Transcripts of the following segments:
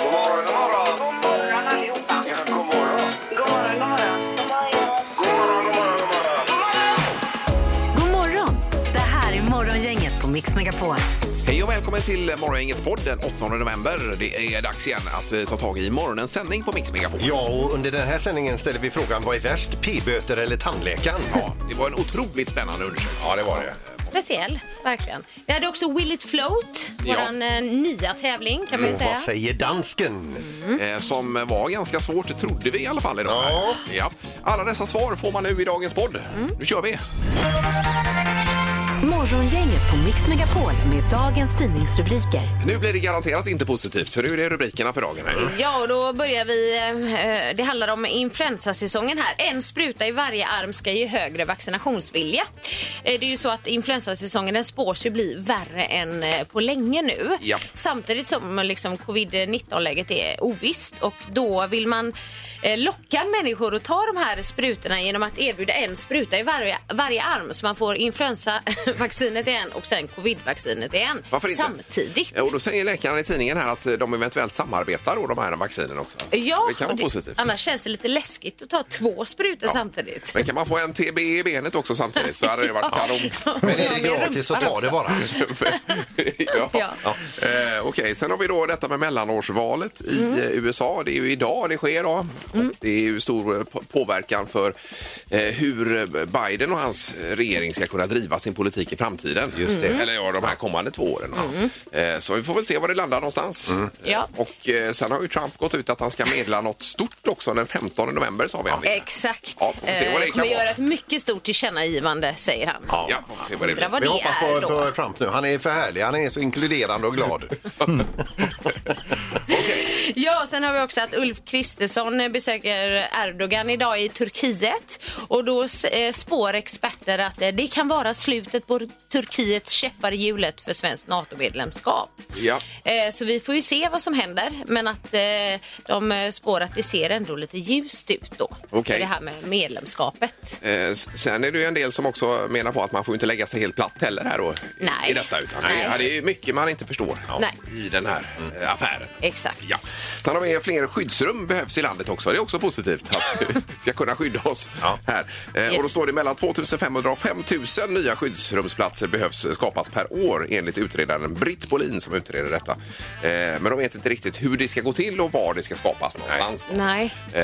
God morgon, god morgon. God morgon allihopa. Ja, god morgon. God morgon, god morgon. God morgon, god morgon, god morgon. God morgon! Det här är Morgongänget på Mix Megapol. Hej och välkommen till Morgongängets podd den 8 november. Det är dags igen att eh, ta tag i morgonens sändning på Mix Megapol. Ja, och under den här sändningen ställer vi frågan vad är värst, p-böter eller tandläkaren? Ja, det var en otroligt spännande undersökning. Ja, det var det. Speciell, verkligen. Vi hade också Will it float, Ja. Mm, vår nya tävling kan man ju Och vad säga. säger dansken? Eh, Som var ganska svårt, trodde vi i alla fall idag. Ja. ja. Alla dessa svar får man nu i dagens podd. Mm. Nu kör vi! Morgongänget på Mix Megapol med dagens tidningsrubriker. Nu blir det garanterat inte positivt, för nu är det rubrikerna för dagen. Här. Ja, och då börjar vi. eh, Det handlar om influensasäsongen här. En spruta i varje arm ska ge högre vaccinationsvilja. Eh, Det är ju så att influensasäsongen den spås ju bli värre än eh, på länge nu. Ja. Samtidigt som liksom, covid-19-läget är ovisst och då vill man eh, locka människor att ta de här sprutorna genom att erbjuda en spruta i varje, varje arm så man får influensavaccinet i en och sen covidvaccinet i en Varför inte? samtidigt. Ja, Och då säger läkaren i tidningen här att eh, de eventuellt samarbetar då, de här vaccinerna också. Ja, det kan vara och positivt. Annars känns det lite läskigt att ta två sprutor samtidigt. Men kan man få en TB i benet också samtidigt så hade det varit kanon. Men är det Ja, med gratis så ta rumpan det bara. ja. Mm. Ja. Ja. Eh, Okej, sen har vi då detta med mellanårsvalet i Mm. eh, USA. Det är ju idag det sker. Då. Och Det är ju stor eh, på- påverkan för eh, hur eh, Biden och hans regering ska kunna driva sin politik i framtiden. Just det. Eller ja, de här kommande två åren. va. Eh, så vi får väl se var det landar någonstans. Eh, Mm. Ja. Och eh, sen har ju Trump gått ut att han ska meddela något stort också den 15 november sa vi. Annika. Exakt. Ja, får vi se vad det Eh, kommer kan vara. göra ett mycket stort tillkännagivande, säger han. Ja, får se vad det blir. Undrar vad Vi det hoppas är på, då. på Trump nu. Han är för härlig, han är så inkluderande och glad. Ja, sen har vi också att Ulf Kristersson eh, besöker Erdogan idag i Turkiet. Och då eh, spår experter att eh, det kan vara slutet på Turkiets käppar i hjulet för svenskt NATO-medlemskap. Ja. Eh, Så vi får ju se vad som händer, men att eh, de eh, spår att det ser ändå lite ljust ut då. Okej. för Det här med medlemskapet. Eh, s- sen är det ju en del som också menar på att man får inte lägga sig helt platt heller här då, i- Nej. i detta. Utan Nej. Det, ja, det är mycket man inte förstår Nej. i den här eh, affären. Exakt. Ja. Sen har vi fler skyddsrum behövs i landet också. Det är också positivt att vi ska kunna skydda oss här. Eh, Och då Yes. står det mellan 2500 och 5000 nya skyddsrumsplatser behövs eh, skapas per år enligt utredaren Britt Bolin som utreder detta. Eh, Men de vet inte riktigt hur det ska gå till och var det ska skapas någonstans. Nej. Eh,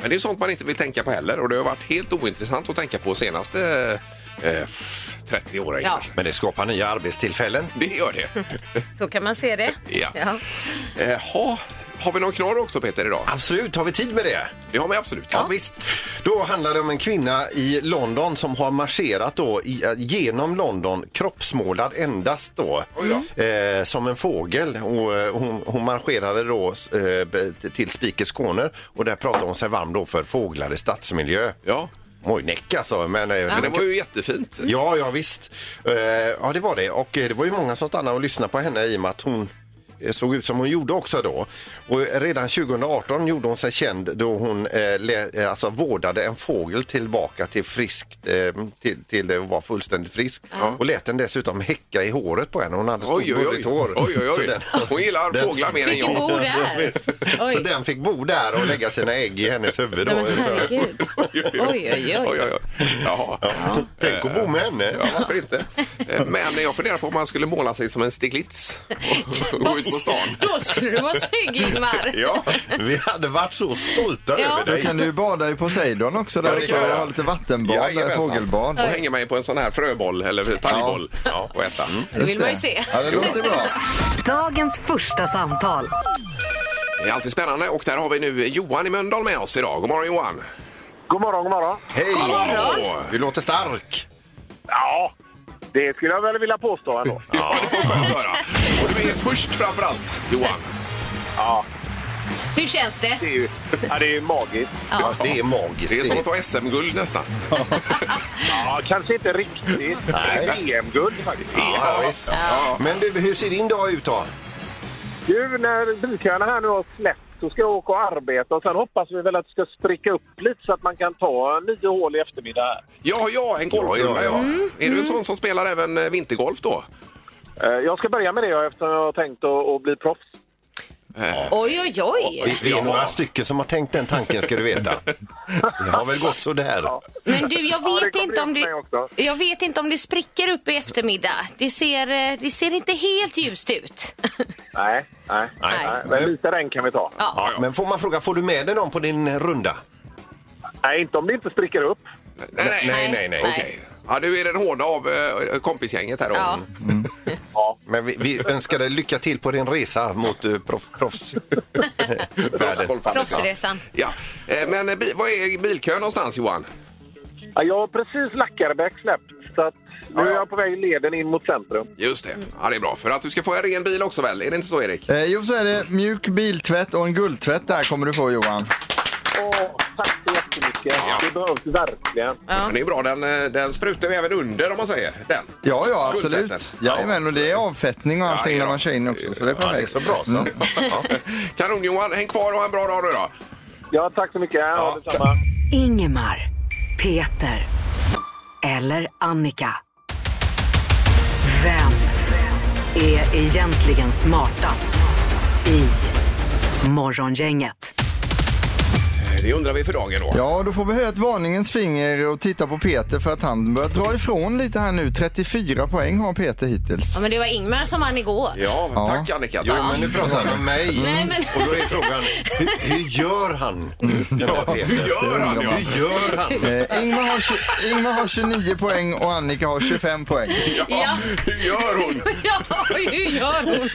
Men det är sånt man inte vill tänka på heller och det har varit helt ointressant att tänka på senaste eh, 30 åren Ja. kanske. Men det skapar nya arbetstillfällen. Det gör det. Så kan man se det. Ja. Ja. Eh, ha, har vi någon knorr också Peter idag? Absolut, har vi tid med det? Det har vi absolut. Ja, visst. Då handlar det om en kvinna i London som har marscherat då i, eh, genom London kroppsmålad endast då Oj eh, som en fågel. Och, eh, hon, hon marscherade då eh, b- till Speakers Corner och där pratade hon sig varm då för fåglar i stadsmiljö. Ja. Oj, näck alltså. Men, eh, Men men det var ju jättefint. Ja, ja visst. Eh, ja, det var det. Och eh, det var ju många som stannade och lyssnade på henne i och med att hon eh, såg ut som hon gjorde också då. Och eh, redan 2018 gjorde hon sig känd då hon eh, lä- eh, alltså vårdade en fågel tillbaka till friskt, eh, till, till det var fullständigt frisk. Och lät den dessutom häcka i håret på henne. Hon hade stort Oj, oj, oj. bulligt hår. oj, oj, Så oj. den, Hon gillar den- fåglar mer än Vilken jag. bord det är. så Oj. den fick bo där och lägga sina ägg i hennes huvud. Då. Nej, men Så- herregud. Oj, oj, oj, oj. oj. Jaha. Ja. Tänk att bo med henne. Ja, varför inte? Eh, Men jag funderar på om man skulle måla sig som en stiglits och gå ut på stan. Då skulle du vara snygg, Ingmar. Ja, Vi hade varit så stolta Ja. över Då dig. kan du bada i Poseidon också där Ja, det kan uppe jag. och ha lite vattenbad, Jajamensan. ja, fågelbad. Och hänger mig på en sån här fröboll eller talgboll ja. och äta. Mm. Det vill man ju se. Ja, det låter bra. Dagens första samtal. Det är alltid spännande och där har vi nu Johan i Mölndal med oss idag. God morgon Johan! God morgon, god morgon. Hej! Hallå! Du låter stark. Ja, det skulle jag väl vilja påstå ändå. Ja, det får man höra. Och du är först framförallt Johan. Ja. Hur känns det? Det är ju ja, det är magiskt. Ja, det är magiskt. Det är som att ta SM-guld nästan. Ja, kanske inte riktigt. Det är VM-guld faktiskt. Ja, visst. Men du, hur ser din dag ut då? Du, när bilköerna här nu har släppt så ska jag åka och arbeta och sen hoppas vi väl att det ska spricka upp lite så att man kan ta nio hål i eftermiddag. här. Ja, ja, en golfrunda ja. Är du en sån som spelar även eh, vintergolf då? Eh, Jag ska börja med det eftersom jag har tänkt att, att bli proffs. Eh, Oj, oj, oj. Vi är några stycken som har tänkt den tanken ska du veta. Det har väl gått sådär. Men du, jag Ja, det vet, kommer inte, om upp mig det, också. jag vet inte om det spricker upp i eftermiddag. Det ser, eh, det ser inte helt ljust ut. Nej, nej, Nej. nej. Men lite regn kan vi ta. Ja, men får man fråga, får du med dig någon på din runda? Nej, inte om det inte spricker upp. Nej, Nej, nej, nej. Nej. Okej. Ja, du är den hårda av eh, kompisgänget här då. Mm. Ja. Men vi, vi önskar dig lycka till på din resa mot uh, proff, proffs. Världen. Golfandet, Proffsresan. Ja. Ja. Eh, Men eh, bi- var är bilkön någonstans Johan? Ja, Jag har precis Lackarbäck släppt så att nu är jag på väg leden in mot centrum. Just det. Mm. Ja, det är bra. För att du ska få en ren bil också väl? Är det inte så Erik? Eh, jo, så är det mjuk biltvätt och en guldtvätt där kommer du få Johan. Åh, tack så jättemycket. Det behövs verkligen. Men det är bra. Den, eh, den sprutar ju även under om man säger. Den. Ja, ja, Guldtvätten. absolut. Jajamän, och det är avfettning och allting Ja, ja. när man kör in också, så det är Ja, det är perfekt. så bra så. Mm. Ja. Kanon Johan, häng kvar och ha en bra dag nu då. Eh, Ja, tack så mycket. Ja, detsamma. Ingemar, Peter eller Annika. Vem är egentligen smartast i Morgongänget? Eh, Det undrar vi för dagen då. Ja, då får vi höra ett varningens finger och titta på Peter för att han börjar dra ifrån lite här nu. 34 poäng har Peter hittills. Ja, men det var Ingmar som vann igår. Ja, Ja. tack Annika. Jo, tack. men nu pratar han om mig. Nej, men- Och då är frågan, hur, hur gör han? Den där Peter? hur gör han, ja? Hur gör han? Eh, Ingmar, har, tju- Ingmar har 29 poäng och Annika har 25 poäng. Ja, Ja. Hur gör hon? Ja, hur gör hon?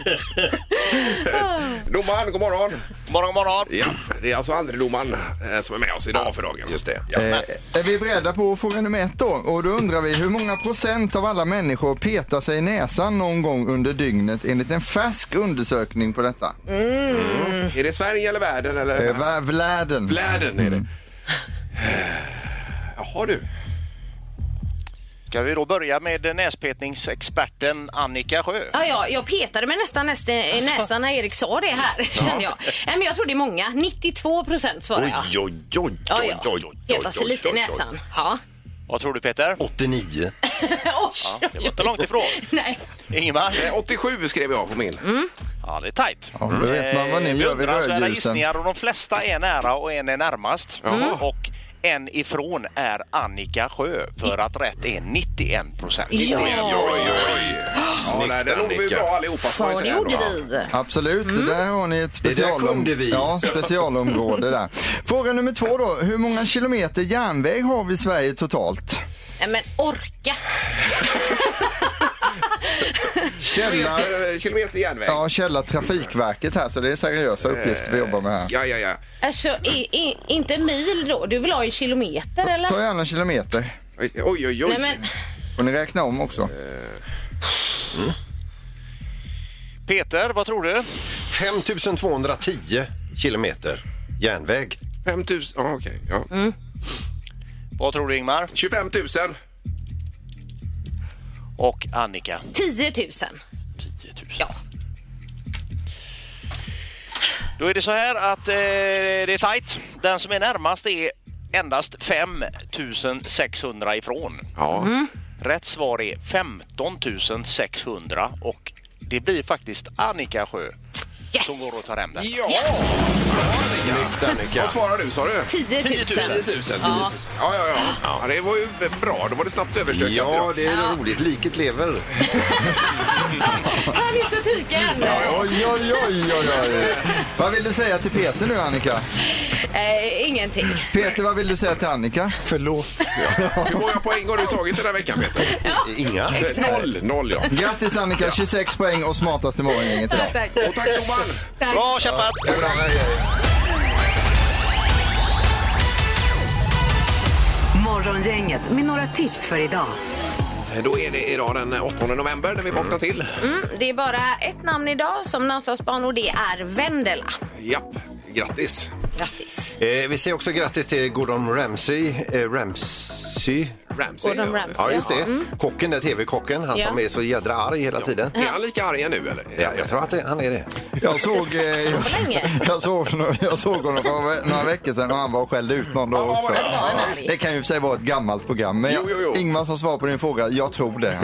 Domaren, god morgon. Morgon, morgon. Ja, det är alltså andre domaren eh, som är med oss idag för dagen. Just det. Ja. Eh, är vi beredda på fråga nummer ett då? Och då undrar vi hur många procent av alla människor petar sig i näsan någon gång under dygnet enligt en färsk undersökning på detta? Eh. Är det Sverige eller världen? Eller? Över världen. Världen är det. Jaha du. Ska vi då börja med näspetningsexperten Annika Sjö? Ja, ja, jag petade mig nästan näst, i näsan när Erik sa det här, kände jag. Nej, men jag tror det är många. 92 procent svarar jag. Oj, oj, oj, oj, Ja, oj, oj, ja. oj, Petar sig oj, lite i oj, oj. näsan. Ja. 89. Oj, Det var inte långt ifrån. Nej. Ingemar? Eh, 87 skrev jag på min. Mm. Ja, det är tajt. Ja, då vet man vad ni Eh, Mm. gör vid beundransvärda rödljusen. gissningar och de flesta är nära och en är närmast. Mm. Och en ifrån är Annika Sjö för att rätt är 91 procent. Ja. oj, oj. Ja, nej, den låg vi Annika. bra allihopa. får jag Ja, det säga då. gjorde vi. Absolut, där har ni ett där specialom... kunde vi. ja, specialområde där. Fråga nummer två då. Hur många kilometer järnväg har vi i Sverige totalt? Nej, men orka. Källa, Kilometer- eh, Kilometer järnväg. ja, källa Trafikverket här, så det är seriösa uppgifter vi jobbar med här. Ja, ja, ja. Alltså, i, i, inte mil då? Du vill ha en kilometer eller? Ta gärna kilometer. Oj, oj, oj. Nej, men Får ni räkna om också? Peter, vad tror du? 5210 kilometer järnväg. 5 000. Ja, okej. Ja. Mm. Vad tror du Ingmar? 25 000. Och Annika? 10 000. 10 000. Ja. Då är det så här att eh, det är tajt. Den som är närmast är endast 5 600 ifrån. Ja. Mm. Rätt svar är 15 600 och det blir faktiskt Annika Sjö som går Yes! och tar hem den. Ja! Snyggt, Annika. Vad svarar du, sa du? 10 000. 10 000. Ja. Ja, ja, ja. det var ju bra. Då var det snabbt överstökat. Ja, idag. det är roligt. Liket lever. Han är så tyken. Oj, oj, oj, oj, oj. Vad vill du säga till Peter nu, Annika? Eh, ingenting. Peter, vad vill du säga till Annika? Förlåt. Hur många poäng har du tagit den här veckan, Peter? Inga. Noll. Noll, ja. Grattis Annika, 26 poäng och smartaste morgongänget idag. Tack. Och tack, domaren. Tack. Bra kämpat! Morgongänget med några tips för idag. Eh, Då är det idag den 8 november när vi vaknar till. Det är bara ett namn idag som namnsdagsbarn och det är Vendela. Japp. Grattis! Grattis. Eh, vi säger också grattis till Gordon Ramsay. Eh, Ramsay? Ramsay. Gordon Ramsay, Ja, just det. ja. Mm. Kocken, den tv-kocken, han Ja. som är så jädra arg hela tiden. Är han lika arg nu eller? Ja, jag tror att det, han är det. Jag såg, eh, jag, Så länge. jag såg, no- jag såg honom för några veckor sedan och han var och skällde ut någon då Ja, också. vad det var. Ja, han är arg. Det kan ju i och för sig vara ett gammalt program. Men Jo, jo, jo. jag, Ingmar som svar på din fråga, jag tror det.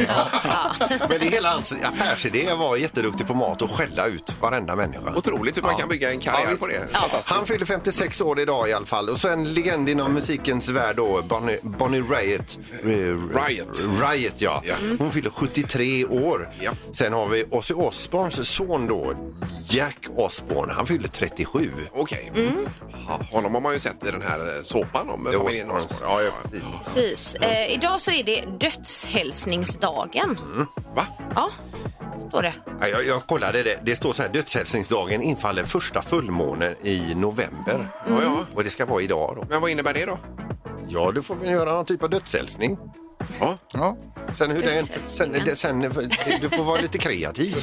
Men det är hela hans affärsidé var jätteduktig på mat och skälla ut varenda människa. Otroligt hur man kan bygga en karriär visst. på det. Han fyller 56 år idag i alla fall. Och så en legend inom musikens värld då, Bonnie, Bonnie Riot. R- Riot. Riot, ja. Ja. Hon fyller 73 år. Ja. Sen har vi Ozzy Osbournes son då, Jack Osbourne. Han fyller 37. Okej. Mm. Ha- Honom har man ju sett i den här eh, såpan om eh, The familjen Osbournes. Osbourne. Ja, ja, precis. Precis. Eh, idag så är det dödshälsningsdagen. Mm. Va? Ja, står det. Ja, Jag, jag kollade det. Det står så här, dödshälsningsdagen infaller första fullmånen i november. Ja, ja. Och det ska vara idag då. Men vad innebär det då? Ja, då får vi göra någon typ av dödshälsning. Ja. Ja. Sen hur den, sen, Dödshälsningen. det- sen, du får vara lite kreativ.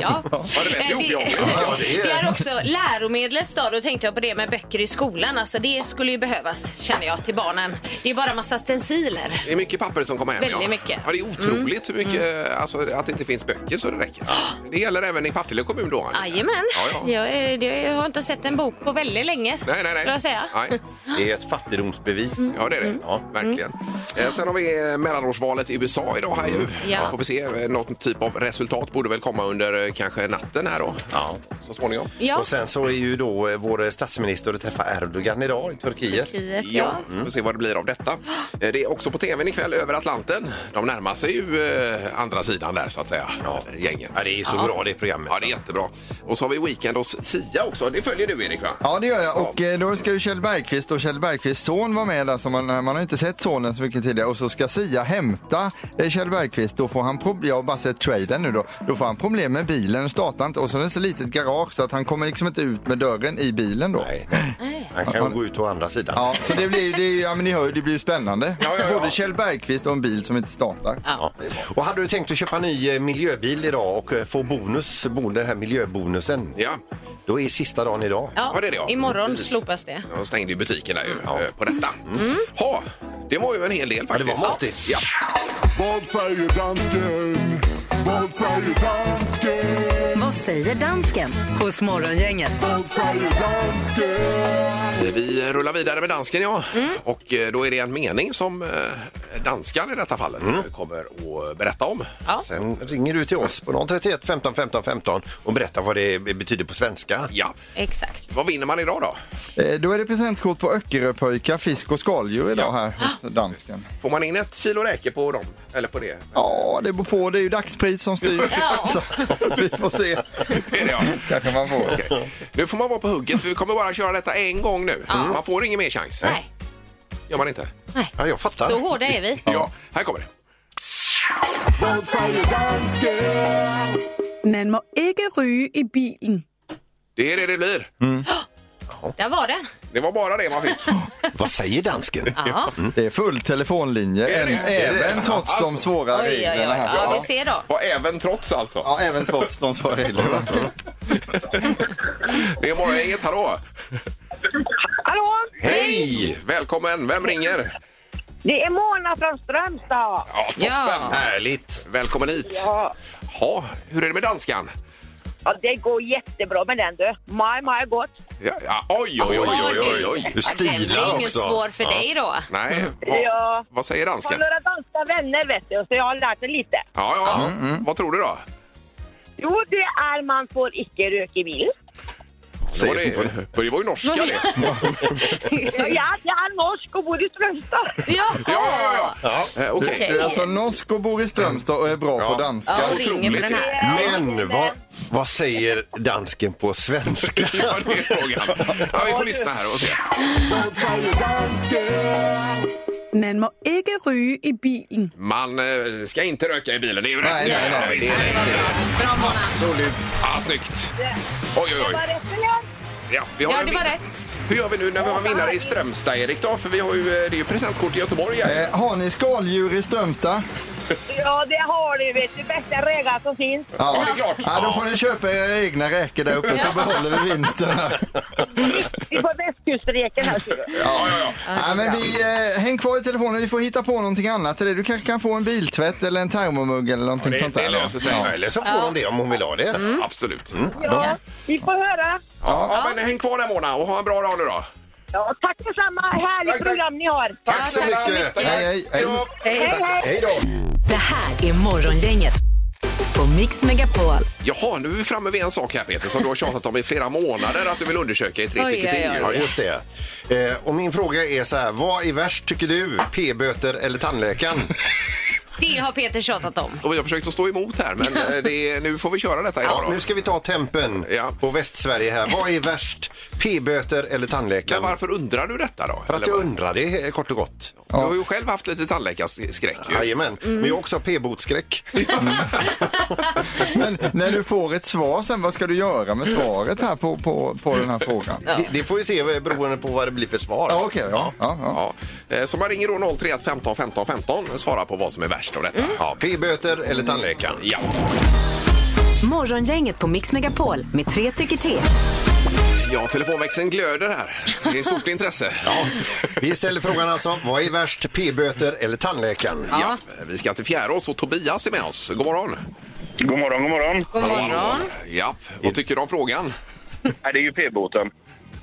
Ja. det vet Eh, jag inte om. Ja, det är- det är också läromedlets dag. Då tänkte jag på det med böcker i skolan. Alltså, det skulle ju behövas, känner jag, till barnen. Det är bara massa stenciler. Det är mycket papper som kommer hem. Väldigt ja. mycket. Mm. Ja, det är otroligt hur mycket, eh, alltså, att det inte finns böcker så det räcker. Ah. Det gäller även i Partille kommun då. Annika. Jajamän. Ja, ja. Jag, är- jag har inte sett en bok på väldigt länge, Nej, nej, nej. skulle jag säga. Mm. Nej. Det är ett fattigdomsbevis. Ja, det är det. Ja, verkligen. Eh, Sen har vi eh, mellanårsvalet i USA idag här ju. Ja. Får vi se. eh, Någon typ av resultat borde väl komma under eh, kanske natten här då. Ja. Så småningom. Ja, Och sen så är ju då eh, vår statsminister och träffar Erdogan idag i Turkiet. Turkiet, Ja, ja. vi får se vad det blir av detta. Eh, Det är också på tvn ikväll över Atlanten. De närmar sig ju eh, andra sidan där så att säga, eh, gänget. Ja, det är liksom. så bra det programmet. Ja, det är jättebra. Och så har vi Weekend hos Sia också. Det följer du Erik va? Ja, det gör jag. Och eh, då ska ju Kjell Bergqvist och Kjell Bergqvists son vara med där. Så man, man har ju inte sett sonen så mycket tidigare. Och så ska Sia hämta eh, Kjell Bergqvist. Då får han problem, jag har bara sett trailern nu då. Då får han problem med bilen, den startar inte. Och så är det så litet garage så att han kommer liksom inte ut med dörren i bilen då. Nej. Han kan ju gå ut å andra sidan. Ja, så det blir ju, det är ju- ja men ni hör ju, det blir ju spännande. Ja, ja, ja. Både Kjell Bergqvist och en bil som inte startar. Ja. Och hade du tänkt att köpa en ny eh, miljöbil idag och eh, få bonus, bo- den här miljöbonusen, Ja, då är sista dagen idag. Ja, det är det, ja. Imorgon Precis. slopas det. Mm. de stängde ju butiken där ju Ja. eh, på detta. Ha, det var ju en hel del Ja, det faktiskt. var matigt. Ja. Vad säger dansken? Vad säger dansken? Vad säger dansken hos Morgongänget? Vad säger dansken? Vi rullar vidare med dansken, ja. Mm. Och eh, då är det en mening som eh, danskan i detta fallet Mm. eh, kommer att berätta om. Sen ringer du till oss på 031 15 15 15 och berättar vad det betyder på svenska. Ja. Exakt. Vad vinner man idag då? Eh, Då är det presentkort på Öckeröpojkar, fisk och skaldjur idag här Ah. hos dansken. Får man in ett kilo räkor på dem? Eller på det? Ja, det beror på. Det är ju dagspris som styr. Så vi får se. Det är det, ja. Kanske man får. Okej. Nu får man vara på hugget för vi kommer bara köra detta en gång nu. Man får ingen mer chans. Nej, Gör man inte? Ja, jag fattar. så hårda är vi. Ja, här kommer det. Vad säger dansken? Man må ikke ryge i bilen. Det är det det blir. Mm. Där var den. Det var bara det man fick. Vad säger dansken? Ja. Det är full telefonlinje, Är det? än- Är det? även trots de svåra Oj, oj, oj. reglerna här. Ja, vi ser då. Och även trots alltså. Ja, även trots de svåra reglerna. Det är bara inget hallå. Hallå! Hej! Välkommen, vem ringer? Det är Mona från Strömstad. Ja, toppen. Ja. Härligt. Välkommen hit. Ja, Ja, hur är det med danskan? ja, det går jättebra med den du. My, my gott. Ja, ja, oj, oj, oj, oj, oj, oj. Du Den blir stilar ingen också. svår för dig då. Nej, Ja. vad, vad säger Har danskan? några danska vänner vet du, så jag har lärt mig lite. Ja, ja. Vad tror du då? Jo, det är man får icke röka i bil. Det var, det, det var ju norska det. Ja, jag, jag är norsk och bor i Strömstad. Ja, Ja, ja, ja. Eh, Okej. Du är alltså norsk och bor i Strömstad och är bra Ja. på danska. ja och otroligt. ringer på den här. Men vad, vad säger dansken på svenska? Ja, det är frågan. Ja, vi får lyssna här och se. Vad säger dansken? Man må ikke ryge i bilen. Man eh, ska inte röka i bilen, det är ju Nej, rätt. nej, nej. Det är rätt. Bra Mona. Absolut. Ja, snyggt. Oj, oj, oj. Ja, vi har Ja, en det var vin- rätt. Hur gör vi nu när vi har en vinnare i Strömstad, Erik? Då? För vi har ju, eh, det är ju presentkort i Göteborg. här. Eh, Har ni skaldjur i Strömstad? Ja, det har du. Vet du. Bästa räkan som finns. Ja, Ja, då får ni köpa era egna räkor där uppe så behåller vi vinsten. här. Vi får västkustreken här, ser du. Ja, ja, Ja, men vi, eh, häng kvar i telefonen, vi får hitta på någonting annat till dig. Du kanske kan få en biltvätt eller en termomugg eller någonting det- sånt där. det då. löser sig. Eller så får Ja. Mm. hon det om hon vill ha det. Absolut. Ja, vi får höra. Ja, men häng kvar där Mona och ha en bra dag nu då. Ja, tack detsamma. Härligt program ni har. Tack så mycket. Hej, hej. Hej, hej. Det här är Morgongänget på Mix Megapol. Jaha, nu är vi framme vid en sak här Peter som du har tjatat om i flera månader att du vill undersöka i tre Oj, tycker oj, till. oj. Ja, just det. Eh, och min fråga är så här, vad är värst tycker du? P-böter eller tandläkaren? Det har Peter tjatat om. Och jag har försökt att stå emot här men eh, det är, nu får vi köra detta idag Ja, då. nu ska vi ta tempen på Västsverige här. Vad är värst? P-böter eller tandläkaren? Men varför undrar du detta då? För att jag undrar det eh, kort och gott. Du har ju själv haft lite tandläkarskräck ju. Jajamän, Mm. men jag har också p-botskräck. Men när du får ett svar sen, vad ska du göra med svaret här på, på, på den här frågan? Det, det får vi se eh, beroende på vad det blir för svar. Ja, okej, ja. Ja, Ja. Eh, Så man ringer då 031 15 15 15 och svarar på vad som är värst av detta. Mm. Ja, P-böter eller tandläkaren? Ja. Morgongänget på Mix Megapol med tre tycker till. ja, telefonväxeln glöder här. Det är stort intresse. Ja. Vi ställer frågan alltså, vad är värst? P-böter eller tandläkaren? Ja. Vi ska till Fjärås och Tobias är med oss. God morgon. God morgon, god morgon. God morgon. Ja, vad tycker du om frågan? Nej, det är ju p-boten.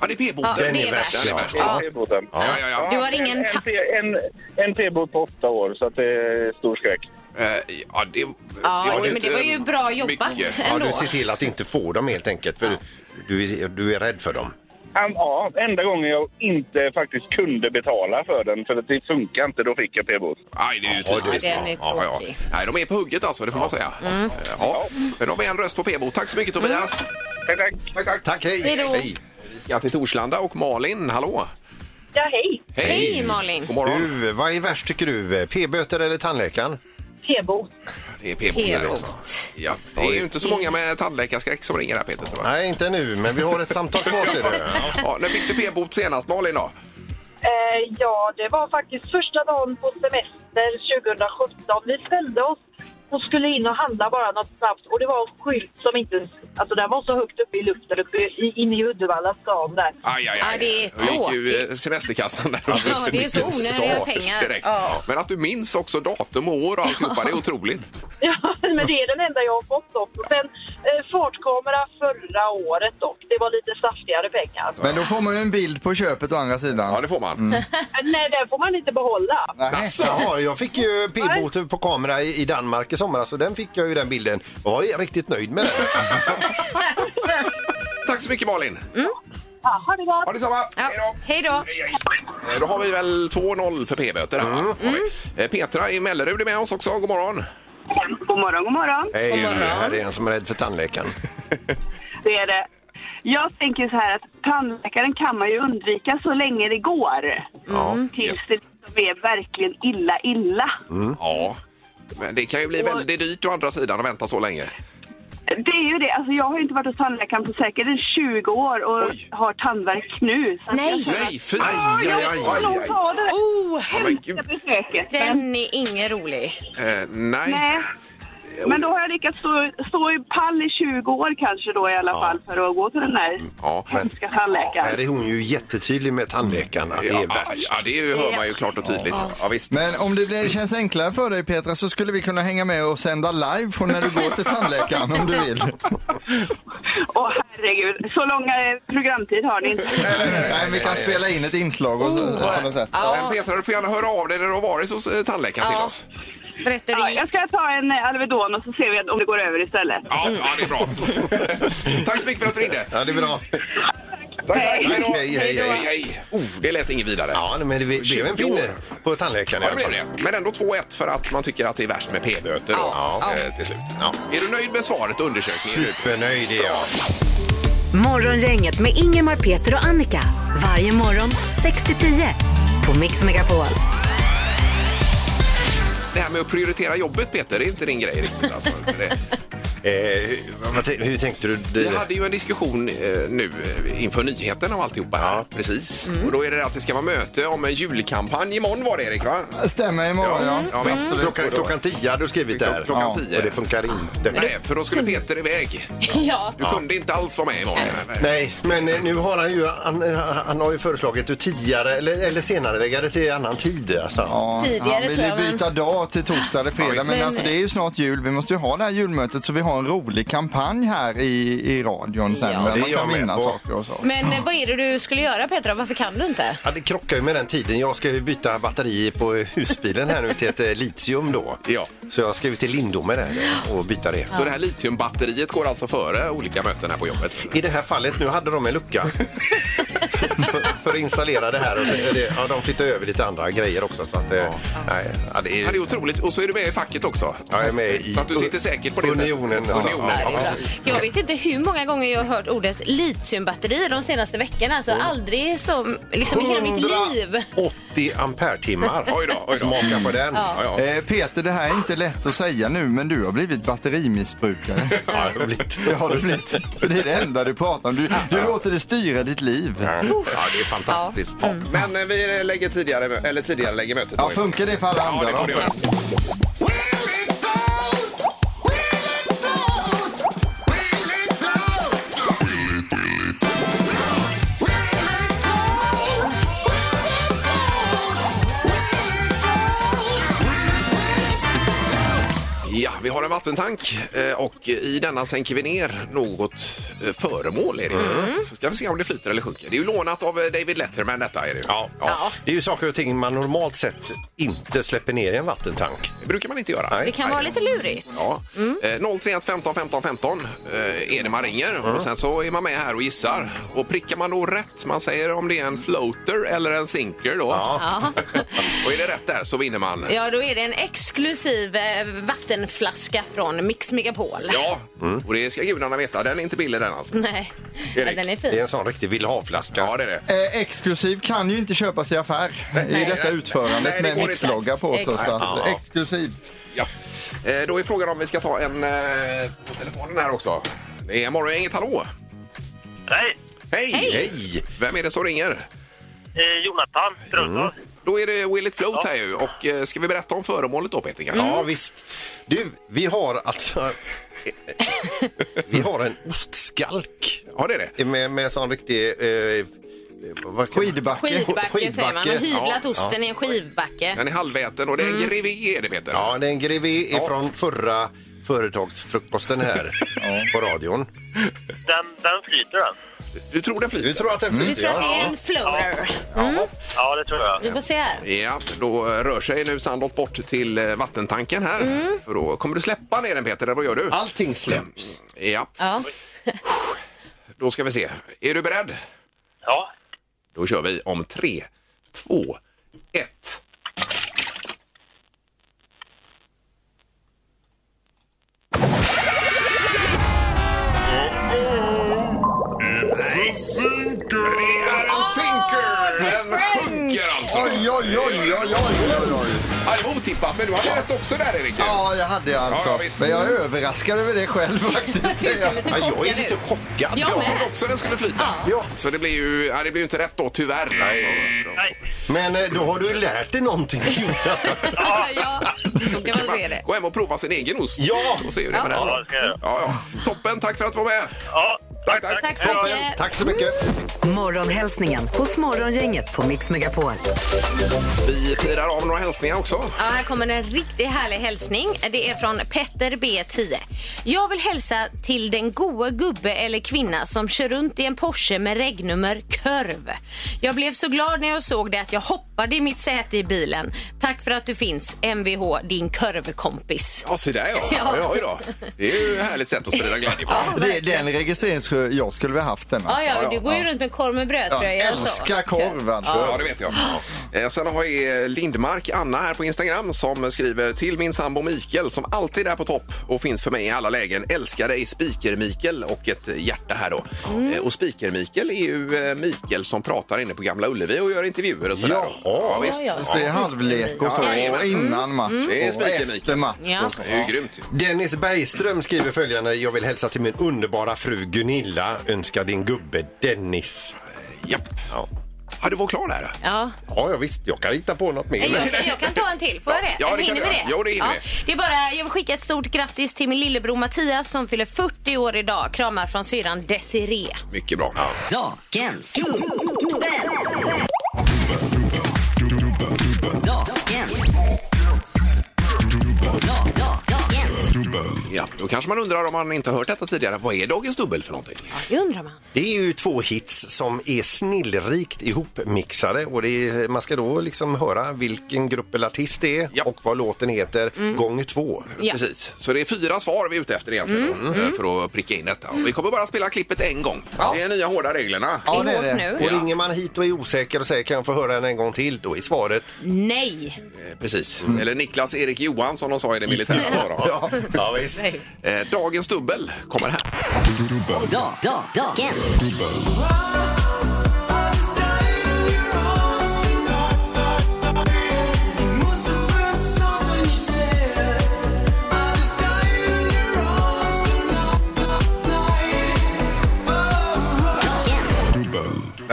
Ja, det är p-boten. Ja, Den det är är värst. värst. Den är värst. Ja. Ja. P-boten. Ja, ja, ja. Du har ingen En, ta- P- en, en p-bot på åtta år, så att det är stor skräck. Eh, Ja, det, Ja, var ju men det var ju inte bra jobbat Ja, ändå. du ser till att inte få dem helt enkelt, för du, är- du är rädd för dem. Am- Ja, enda gången jag inte faktiskt kunde betala för den, för att det funkar inte, då fick jag p-bot. Nej, det är ju typiskt. den är Ja, ja, ja. tråkig. Nej, de är på hugget alltså, det får man säga. Mm. Ja. Men då har vi en röst på PBO. Tack så mycket Tobias. Tack, tack. Tack, tack. Hej. Hej då. Vi ska till Torslanda och Malin, hallå. Ja, hej. Hej Malin. God morgon. Du, vad är värst tycker du? Eh, P-böter eller tandläkaren? Tebo. Det är PBO där P-bot. också. Ja, det är ju inte så många med tandläkarskräck som ringer här Peter. Tror jag. Nej, inte nu, men vi har ett samtal kvar till det. Ja, när fick du p-bot senast Malin då? Eh, ja, det var faktiskt första dagen på semester 2017. Vi följde oss och skulle in och handla bara något snabbt och det var en skylt som inte... Alltså den var så högt uppe i luften, uppe i- inne i Uddevalla stan där. Aj, aj, aj. Ja, det är Då gick ju eh, semesterkassan där. Ja, det är Vilken så onödiga start pengar. direkt. Ja. Men att du minns också datum och år och alltihopa, det är otroligt. Ja, men det är den enda jag har fått dock. Och sen eh, fartkamera förra året dock. Det var lite saftigare pengar. Men då får man ju en bild på köpet å andra sidan. Ja, det får man. Mm. Nej, den får man inte behålla. Jaha, jag fick ju p-bot på kamera i i Danmark i somras så den fick jag ju den bilden. Jag var ju riktigt nöjd med den. Tack så mycket Malin. Mm. Ja, ha det gott! Ha detsamma! Ja. Hej då! Eh, Då har vi väl 2-0 för p-böter här. va? Har vi. Eh, Petra i Mellerud är med oss också. God Mm. morgon! God morgon, god morgon! Hej, här är en som är rädd för tandläkaren. Det är det. Jag tänker så här att tandläkaren kan man ju undvika så länge det går. Ja. Tills det liksom är verkligen illa, illa. Mm. Ja. Men det kan ju bli väldigt dyrt å andra sidan att vänta så länge. Det är ju det. Alltså jag har ju inte varit hos tandläkaren på säkert 20 år och har tandvärk nu. Så att Nej. jag känner att- Nej, fy! Aj, jag får nog ta det. Oh, hemska besöket. Den är ingen rolig. Eh, nej. Nej. Men då har jag lyckats stå, stå i pall i 20 år kanske då i alla fall för att gå till den där Ja, men hemska tandläkaren. här är hon ju jättetydlig med tandläkaren att det är ja, värst. ja, det är ju- hör man ju klart och tydligt. Ja. visst. Men om det blir, känns enklare för dig Petra så skulle vi kunna hänga med och sända live från när du går till tandläkaren om du vill. Åh herregud, så lång eh, programtid har ni inte. Oh. Nej, vi kan spela in ett inslag och så, på något sätt. Men Petra, du får gärna höra av dig när du har varit hos eh, tandläkaren till Ja. oss. Ja, jag ska ta en eh, Alvedon och så ser vi om det går över istället. Ja, ja, det är bra. Tack så mycket för att du ringde. Ja, det är bra. Tack, Hej. tack, då. Hej, hej, hej. Oh, det lät inget vidare. Ja, men det blev en 20 pinne år. på tandläkaren i Ja, alla det fall. blev det. Men ändå 2-1 för att man tycker att det är värst med p-böter. då, Ja. eh, Till slut. Är du nöjd med svaret och undersökningen? Supernöjd är jag. Morgongänget med Ingemar, Peter och Annika. Varje morgon 6 till 10 på Mix Megapol. Det här med att prioritera jobbet, Peter, det är inte din grej riktigt. Alltså. Det, Eh, hur, vad tän- hur tänkte du? Vi hade ju en diskussion eh, nu eh, inför nyheten och alltihopa. här. Precis. Mm. Och då är det det att det ska vara möte om en julkampanj. Imorgon var det Erik va? Stämmer imorgon ja. Ja, Mm. visst. Klockan- klockan tio hade du skrivit där. Klockan Ja, tio. och det funkar inte. Nej, för då skulle Peter iväg. Ja. Du kunde inte alls vara med imorgon. Nej, men eh, nu har han ju, han, eh, han har ju föreslagit att tidigare eller, eller senare lägga det till annan tid. Alltså. Ja, han vill ju byta dag till torsdag eller fredag. Ja, men visst. Men- alltså, det är ju snart jul. Vi måste ju ha det här julmötet så vi har en rolig kampanj här i, i radion sen. Ja. där Det är Man jag kan med vinna på. saker och så. Men eh, vad är det du skulle göra Petra? Varför kan du inte? Ja, det krockar ju med den tiden. Jag ska ju byta batteri på husbilen här nu till ett eh, litium då. Ja. Så jag ska ju till Lindome där eh, och byta det. Så det här litiumbatteriet går alltså före olika möten här på jobbet? I det här fallet, nu hade de en lucka för, för att installera det här. Och så- det, ja, de flyttade över lite andra grejer också. Så att, eh, nej, ja, det, är, Ja, det är otroligt. Och så är du med i facket också. Ja, jag är med i Så att du sitter säkert på det sättet. Unionen. Ja, Ja, det är Unionen. bra. Jag vet inte hur många gånger jag har hört ordet litiumbatteri de senaste veckorna. Alltså aldrig som, liksom i hela mitt liv. 80 ampertimmar. Oj då, oj då. Smaka på den. Ja. Ja, ja. Eh, Peter, det här är inte lätt att säga nu, men du har blivit batterimissbrukare. Ja, det har blivit. Det har du blivit. För det är det enda du pratar om. Du, du låter det styra ditt liv. Ja, det är fantastiskt. Ja. Mm. Men eh, vi lägger tidigare, mö- eller tidigare lägger mötet. Ja, då. funkar det för alla Ja, andra det får det då? göra. Ja, vi har en vattentank eh, och i denna sänker vi ner något eh, föremål. Är det. Mm. ju. Så ska vi se om det flyter eller sjunker. Det är ju lånat av eh, David Letterman detta. Är det. ju. Ja. Ja. Det är ju saker och ting man normalt sett inte släpper ner i en vattentank. Det brukar man inte göra. Det kan Mm. vara lite lurigt. Ja. Eh, 031 15 15 15 eh, är det man ringer Mm. och sen så är man med här och gissar. Och prickar man då rätt, man säger om det är en floater eller en sinker då. Ja. och är det rätt där så vinner man. Ja, då är det en exklusiv eh, vattenflaska från Mix Megapol. Ja, och det ska gudarna veta. Den är inte billig den alltså. Mm. Nej, ja, den är Det är fin. en sån riktig vill ha-flaska. Ja, det är det. Eh, exklusiv kan ju inte köpas i affär i detta Nej, utförandet det går med inte. mixlogga på. Så Exakt. att, exklusiv. Ja. Eh, då är frågan om vi ska ta en eh, på telefonen här också. Det är Morgongänget, hallå! Hej, Hej! Hej. Hej! Vem är det som ringer? Mm. eh, Jonathan Strömsson. Då är det Will It Float här ju. Och eh, ska vi berätta om föremålet då Peter? kanske? Ja, visst. Du, vi har alltså... vi har en ostskalk ja, det är det. med, med sån riktig... Eh, vad kan- Skidbacke. Skidbacke, säger man och hyvlat Ja, osten ja. i en skivbacke. Den är halväten och det är en grevé är det Peter. Mm. Ja, det är en grevé ifrån förra företagsfrukosten här på radion. Den, den flyter den. Du tror den flyter? Du tror att den Vi flyter? tror att det är en floater. Mm. Ja, det tror jag. Vi får se här. Ja, då eh, rör sig nu Sandholt bort till eh, vattentanken här. Mm. För då kommer du släppa ner den Peter, eller vad gör du? Allting släpps. Ja, Ja. då ska vi se. Är du beredd? Ja. Då kör vi om tre, två, ett. Det är en sinker! Den sjunker alltså! Oj, oj, oj, oj, oj, oj, oj. Ja, det var otippat, men du hade rätt också där Erik. Ja, det hade jag alltså. Ja, visst. Men jag är överraskad över det själv faktiskt. Du ser lite Ja, jag är chockad lite ut. chockad. Jag Jag med. trodde också den skulle flyta. Ja. Så det blir ju ja, det blir ju inte rätt då, tyvärr. Alltså. Nej. Men eh, då har du lärt dig någonting. Jonathan. ja, så kan man se det. Gå hem och prova sin egen ost. Ja. Och se hur det är med Ja, det den. ska jag göra. Ja, ja. Toppen, tack för att du var med. Ja. Tack, tack. Tack så mycket. Tack så mycket. Morgonhälsningen hos Morgongänget på Mix Megapol. Vi firar av några hälsningar också. Ja, här kommer en riktigt härlig hälsning. Det är från Petter B10. Jag vill hälsa till den goa gubbe eller kvinna som kör runt i en Porsche med regnummer kurv. Jag blev så glad när jag såg det att jag hoppade i mitt säte i bilen. Tack för att du finns, Mvh, din kurvkompis. Ja, se där ja. Ja. Oj då. Det är ju ett härligt sätt att sprida glädje på. Det, den registrerings tror jag skulle väl haft den. alltså. Ja, ja, du går ju runt med en korv med brödtröja och så. alltså. Ja, det vet jag. Eh, Sen har vi Lindmark, Anna här på Instagram som skriver till min sambo Mikael som alltid är på topp och finns för mig i alla lägen. Älskar dig Spiker-Mikael och ett hjärta här då. Mm. Eh, Och Spiker-Mikael är ju eh, Mikael som pratar inne på Gamla Ullevi och gör intervjuer och sådär. Ja, visst. Så Det är halvlek och så, och innan match Det är och efter Spiker-Mikael. match. Ja. och så. Det är ju grymt. Dennis Bergström skriver följande. Jag vill hälsa till min underbara fru Gunilla. Önskar din gubbe Dennis. Japp. Ja. Har du var klar där? Ja. Ja, ja, visst. Jag kan hitta på något mer. Nej, Jag kan, jag kan ta en till, får jag det? Ja, det Eller kan hinner du vi göra. Jo, det hinner vi. Det är bara, jag vill skicka ett stort grattis till min lillebror Mattias som fyller 40 år idag. Kramar från syrran Desiree. Mycket bra. Dagens Ja, då kanske man undrar om man inte har hört detta tidigare. Vad är Dagens Dubbel för någonting? Det undrar man. Det är ju två hits som är snillrikt ihopmixade och det är, man ska då liksom höra vilken grupp eller artist det är och vad låten heter gånger två. Ja. Precis, så det är fyra svar vi är ute efter egentligen Mm. då, eh, för att pricka in detta. Och vi kommer bara spela klippet en gång. Det är nya hårda reglerna. Ja, det är det. Och ringer man hit och är osäker och säger kan jag få höra den en gång till, då är svaret Nej. Eh, Precis, eller Niklas Erik Johan som de sa i det militära. då. Mm. Ja. Ja, visst. Eh, Dagens Dubbel kommer här. Där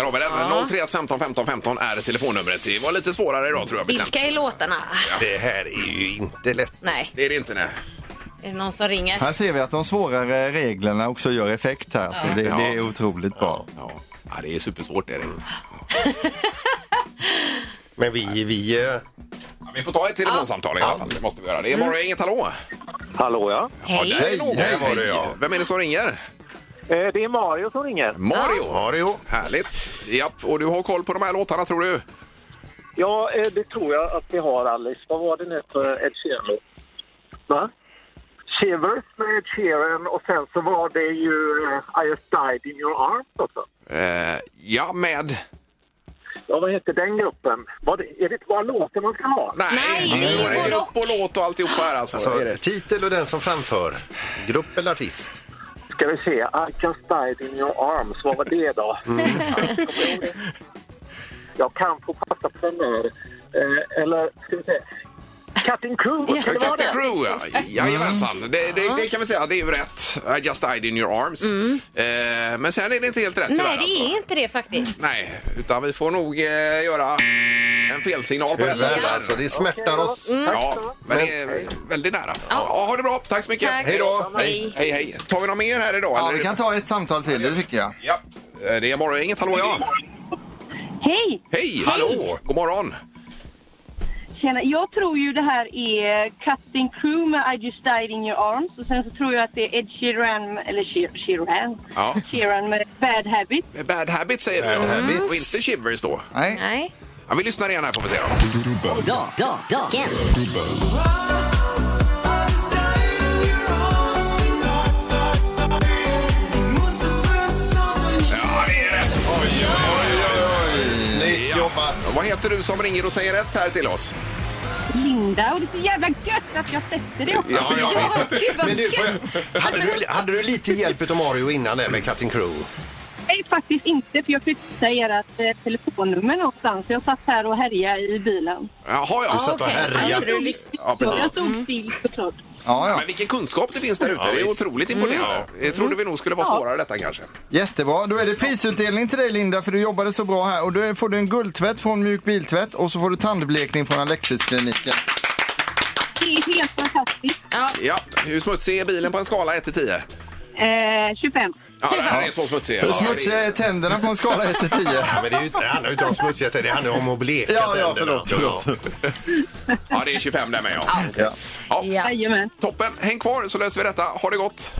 har vi den. 031 15 15 15 är telefonnumret. Det var lite svårare idag tror jag bestämt. Vilka är låtarna? Det här är ju inte lätt. Nej. Det är det inte nej. Är det någon som ringer? Här ser vi att de svårare reglerna också gör effekt här, så det, det är otroligt bra. Ja, ja det är supersvårt. Är det. Men vi, vi... eh, Ja, vi får ta ett telefonsamtal i alla fall. Det måste vi göra. Det är Mm. morgon, inget hallå. Hallå ja. Ja, där är någon. Där var det, ja. Vem är det som ringer? Eh, Det är Mario som ringer. Mario. Mario. Härligt. Japp, och du har koll på de här låtarna tror du? Ja, eh, det tror jag att vi har, Alice. Vad var det nu för Ed Sheeran? Va? Shivers med Ed Sheeran och sen så var det ju eh, I just died in your arms också. Eh, ja, med... Ja, vad hette den gruppen? Var det, är det bara låten man ska ha? Nej, Nej det är både grupp och låt och alltihopa här alltså. Alltså, Är det? titel och den som framför. Grupp eller artist. Ska vi se. I just died in your arms. Vad var det då? jag kan få passa på den där. Eh, eller ska vi se. Cutting Crew. ska det vara Captain det? Crew, ja. Jajamensan. Det, det, det kan vi säga, det är ju rätt. I just died in your arms. Mm. Eh, men sen är det inte helt rätt Nej, tyvärr. alltså. alltså. det är inte det faktiskt. Nej, utan vi får nog eh, göra en felsignal på detta. Tyvärr, alltså, det smärtar oss. Mm. Ja, men det är väldigt nära. Ja, ha det bra. Tack så mycket. Tack. Hej då. Detsamma. Hej, hej, hej. Tar vi någon mer här idag? Ja, eller? vi kan ta ett samtal till, det tycker jag. Ja. Eh, Det är morgon. Inget hallå ja. Hej! Hej, hallå. God morgon. Tjena. Jag tror ju det här är Cutting Crew med I just died in your arms. Och sen så tror jag att det är Ed Sheeran, eller She- Sheeran, Ja. Sheeran med Bad Habit. Eh, Bad Habit säger du. Bad ja. Habits. Och inte Shivers då. Nej. Nej. Ja, vi lyssnar igen här får vi se. Då. Ja, det är rätt. Oj, oj, oj, oj. Snyggt jobbat. Vad heter du som ringer och säger rätt här till oss? Linda, och det är så jävla gött att jag sätter det också. Ja, ja. gud Men du, får jag- hade, du, hade du lite hjälp av Mario innan det med Cutting Crew? Nej, faktiskt inte, för jag flyttade ert eh, telefonnummer någonstans. Jag satt här och härjade i bilen. Jaha, ja. Du satt och okej. härjade. Alltså, du lyssnar. Ja, Jag precis. stod still såklart. Ja, ja. Men vilken kunskap det finns där ute. Ja, det är visst. otroligt imponerande. Mm. Det trodde vi nog skulle vara Ja. svårare detta kanske. Jättebra. Då är det prisutdelning till dig Linda för du jobbade så bra här. Och då får du en guldtvätt från Mjuk Biltvätt och så får du tandblekning från Alexiskliniken. Det är helt fantastiskt. Ja, hur smutsig är bilen på en skala 1 till 10? Eh, 25. Ja, det här är så smutsig. Hur smutsiga är tänderna på en skala 1 till 10? Ja, men det, är ju, det handlar ju inte om smutsighet, det handlar om att bleka Ja, ja, tänderna. förlåt, Ja, det är 25 där med ja. Ja. ja. Toppen, häng kvar så löser vi detta. Ha det gott!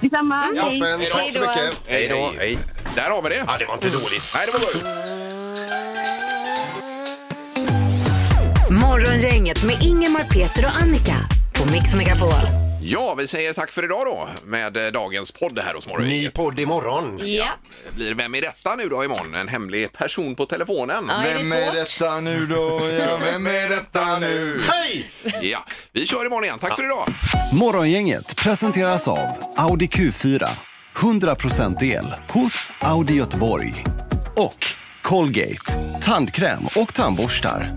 Detsamma. Toppen, tack så mycket. Hej då! Hej. Där har vi det. Ja, det var inte dåligt. Nej, det var bra. Morgongänget med Ingemar, Peter och Annika på Mix Megapol. Ja, vi säger tack för idag då med eh, dagens podd här hos Morgon. Ny podd imorgon. Ja. Det blir Vem är detta nu då imorgon? En hemlig person på telefonen. Ja, är det Vem är svårt? detta nu då? Ja, vem är detta nu? Hej! Ja, vi kör imorgon igen. Tack för idag! Morgongänget presenteras av Audi Q4. 100% el hos Audi Göteborg. Och Colgate. Tandkräm och tandborstar.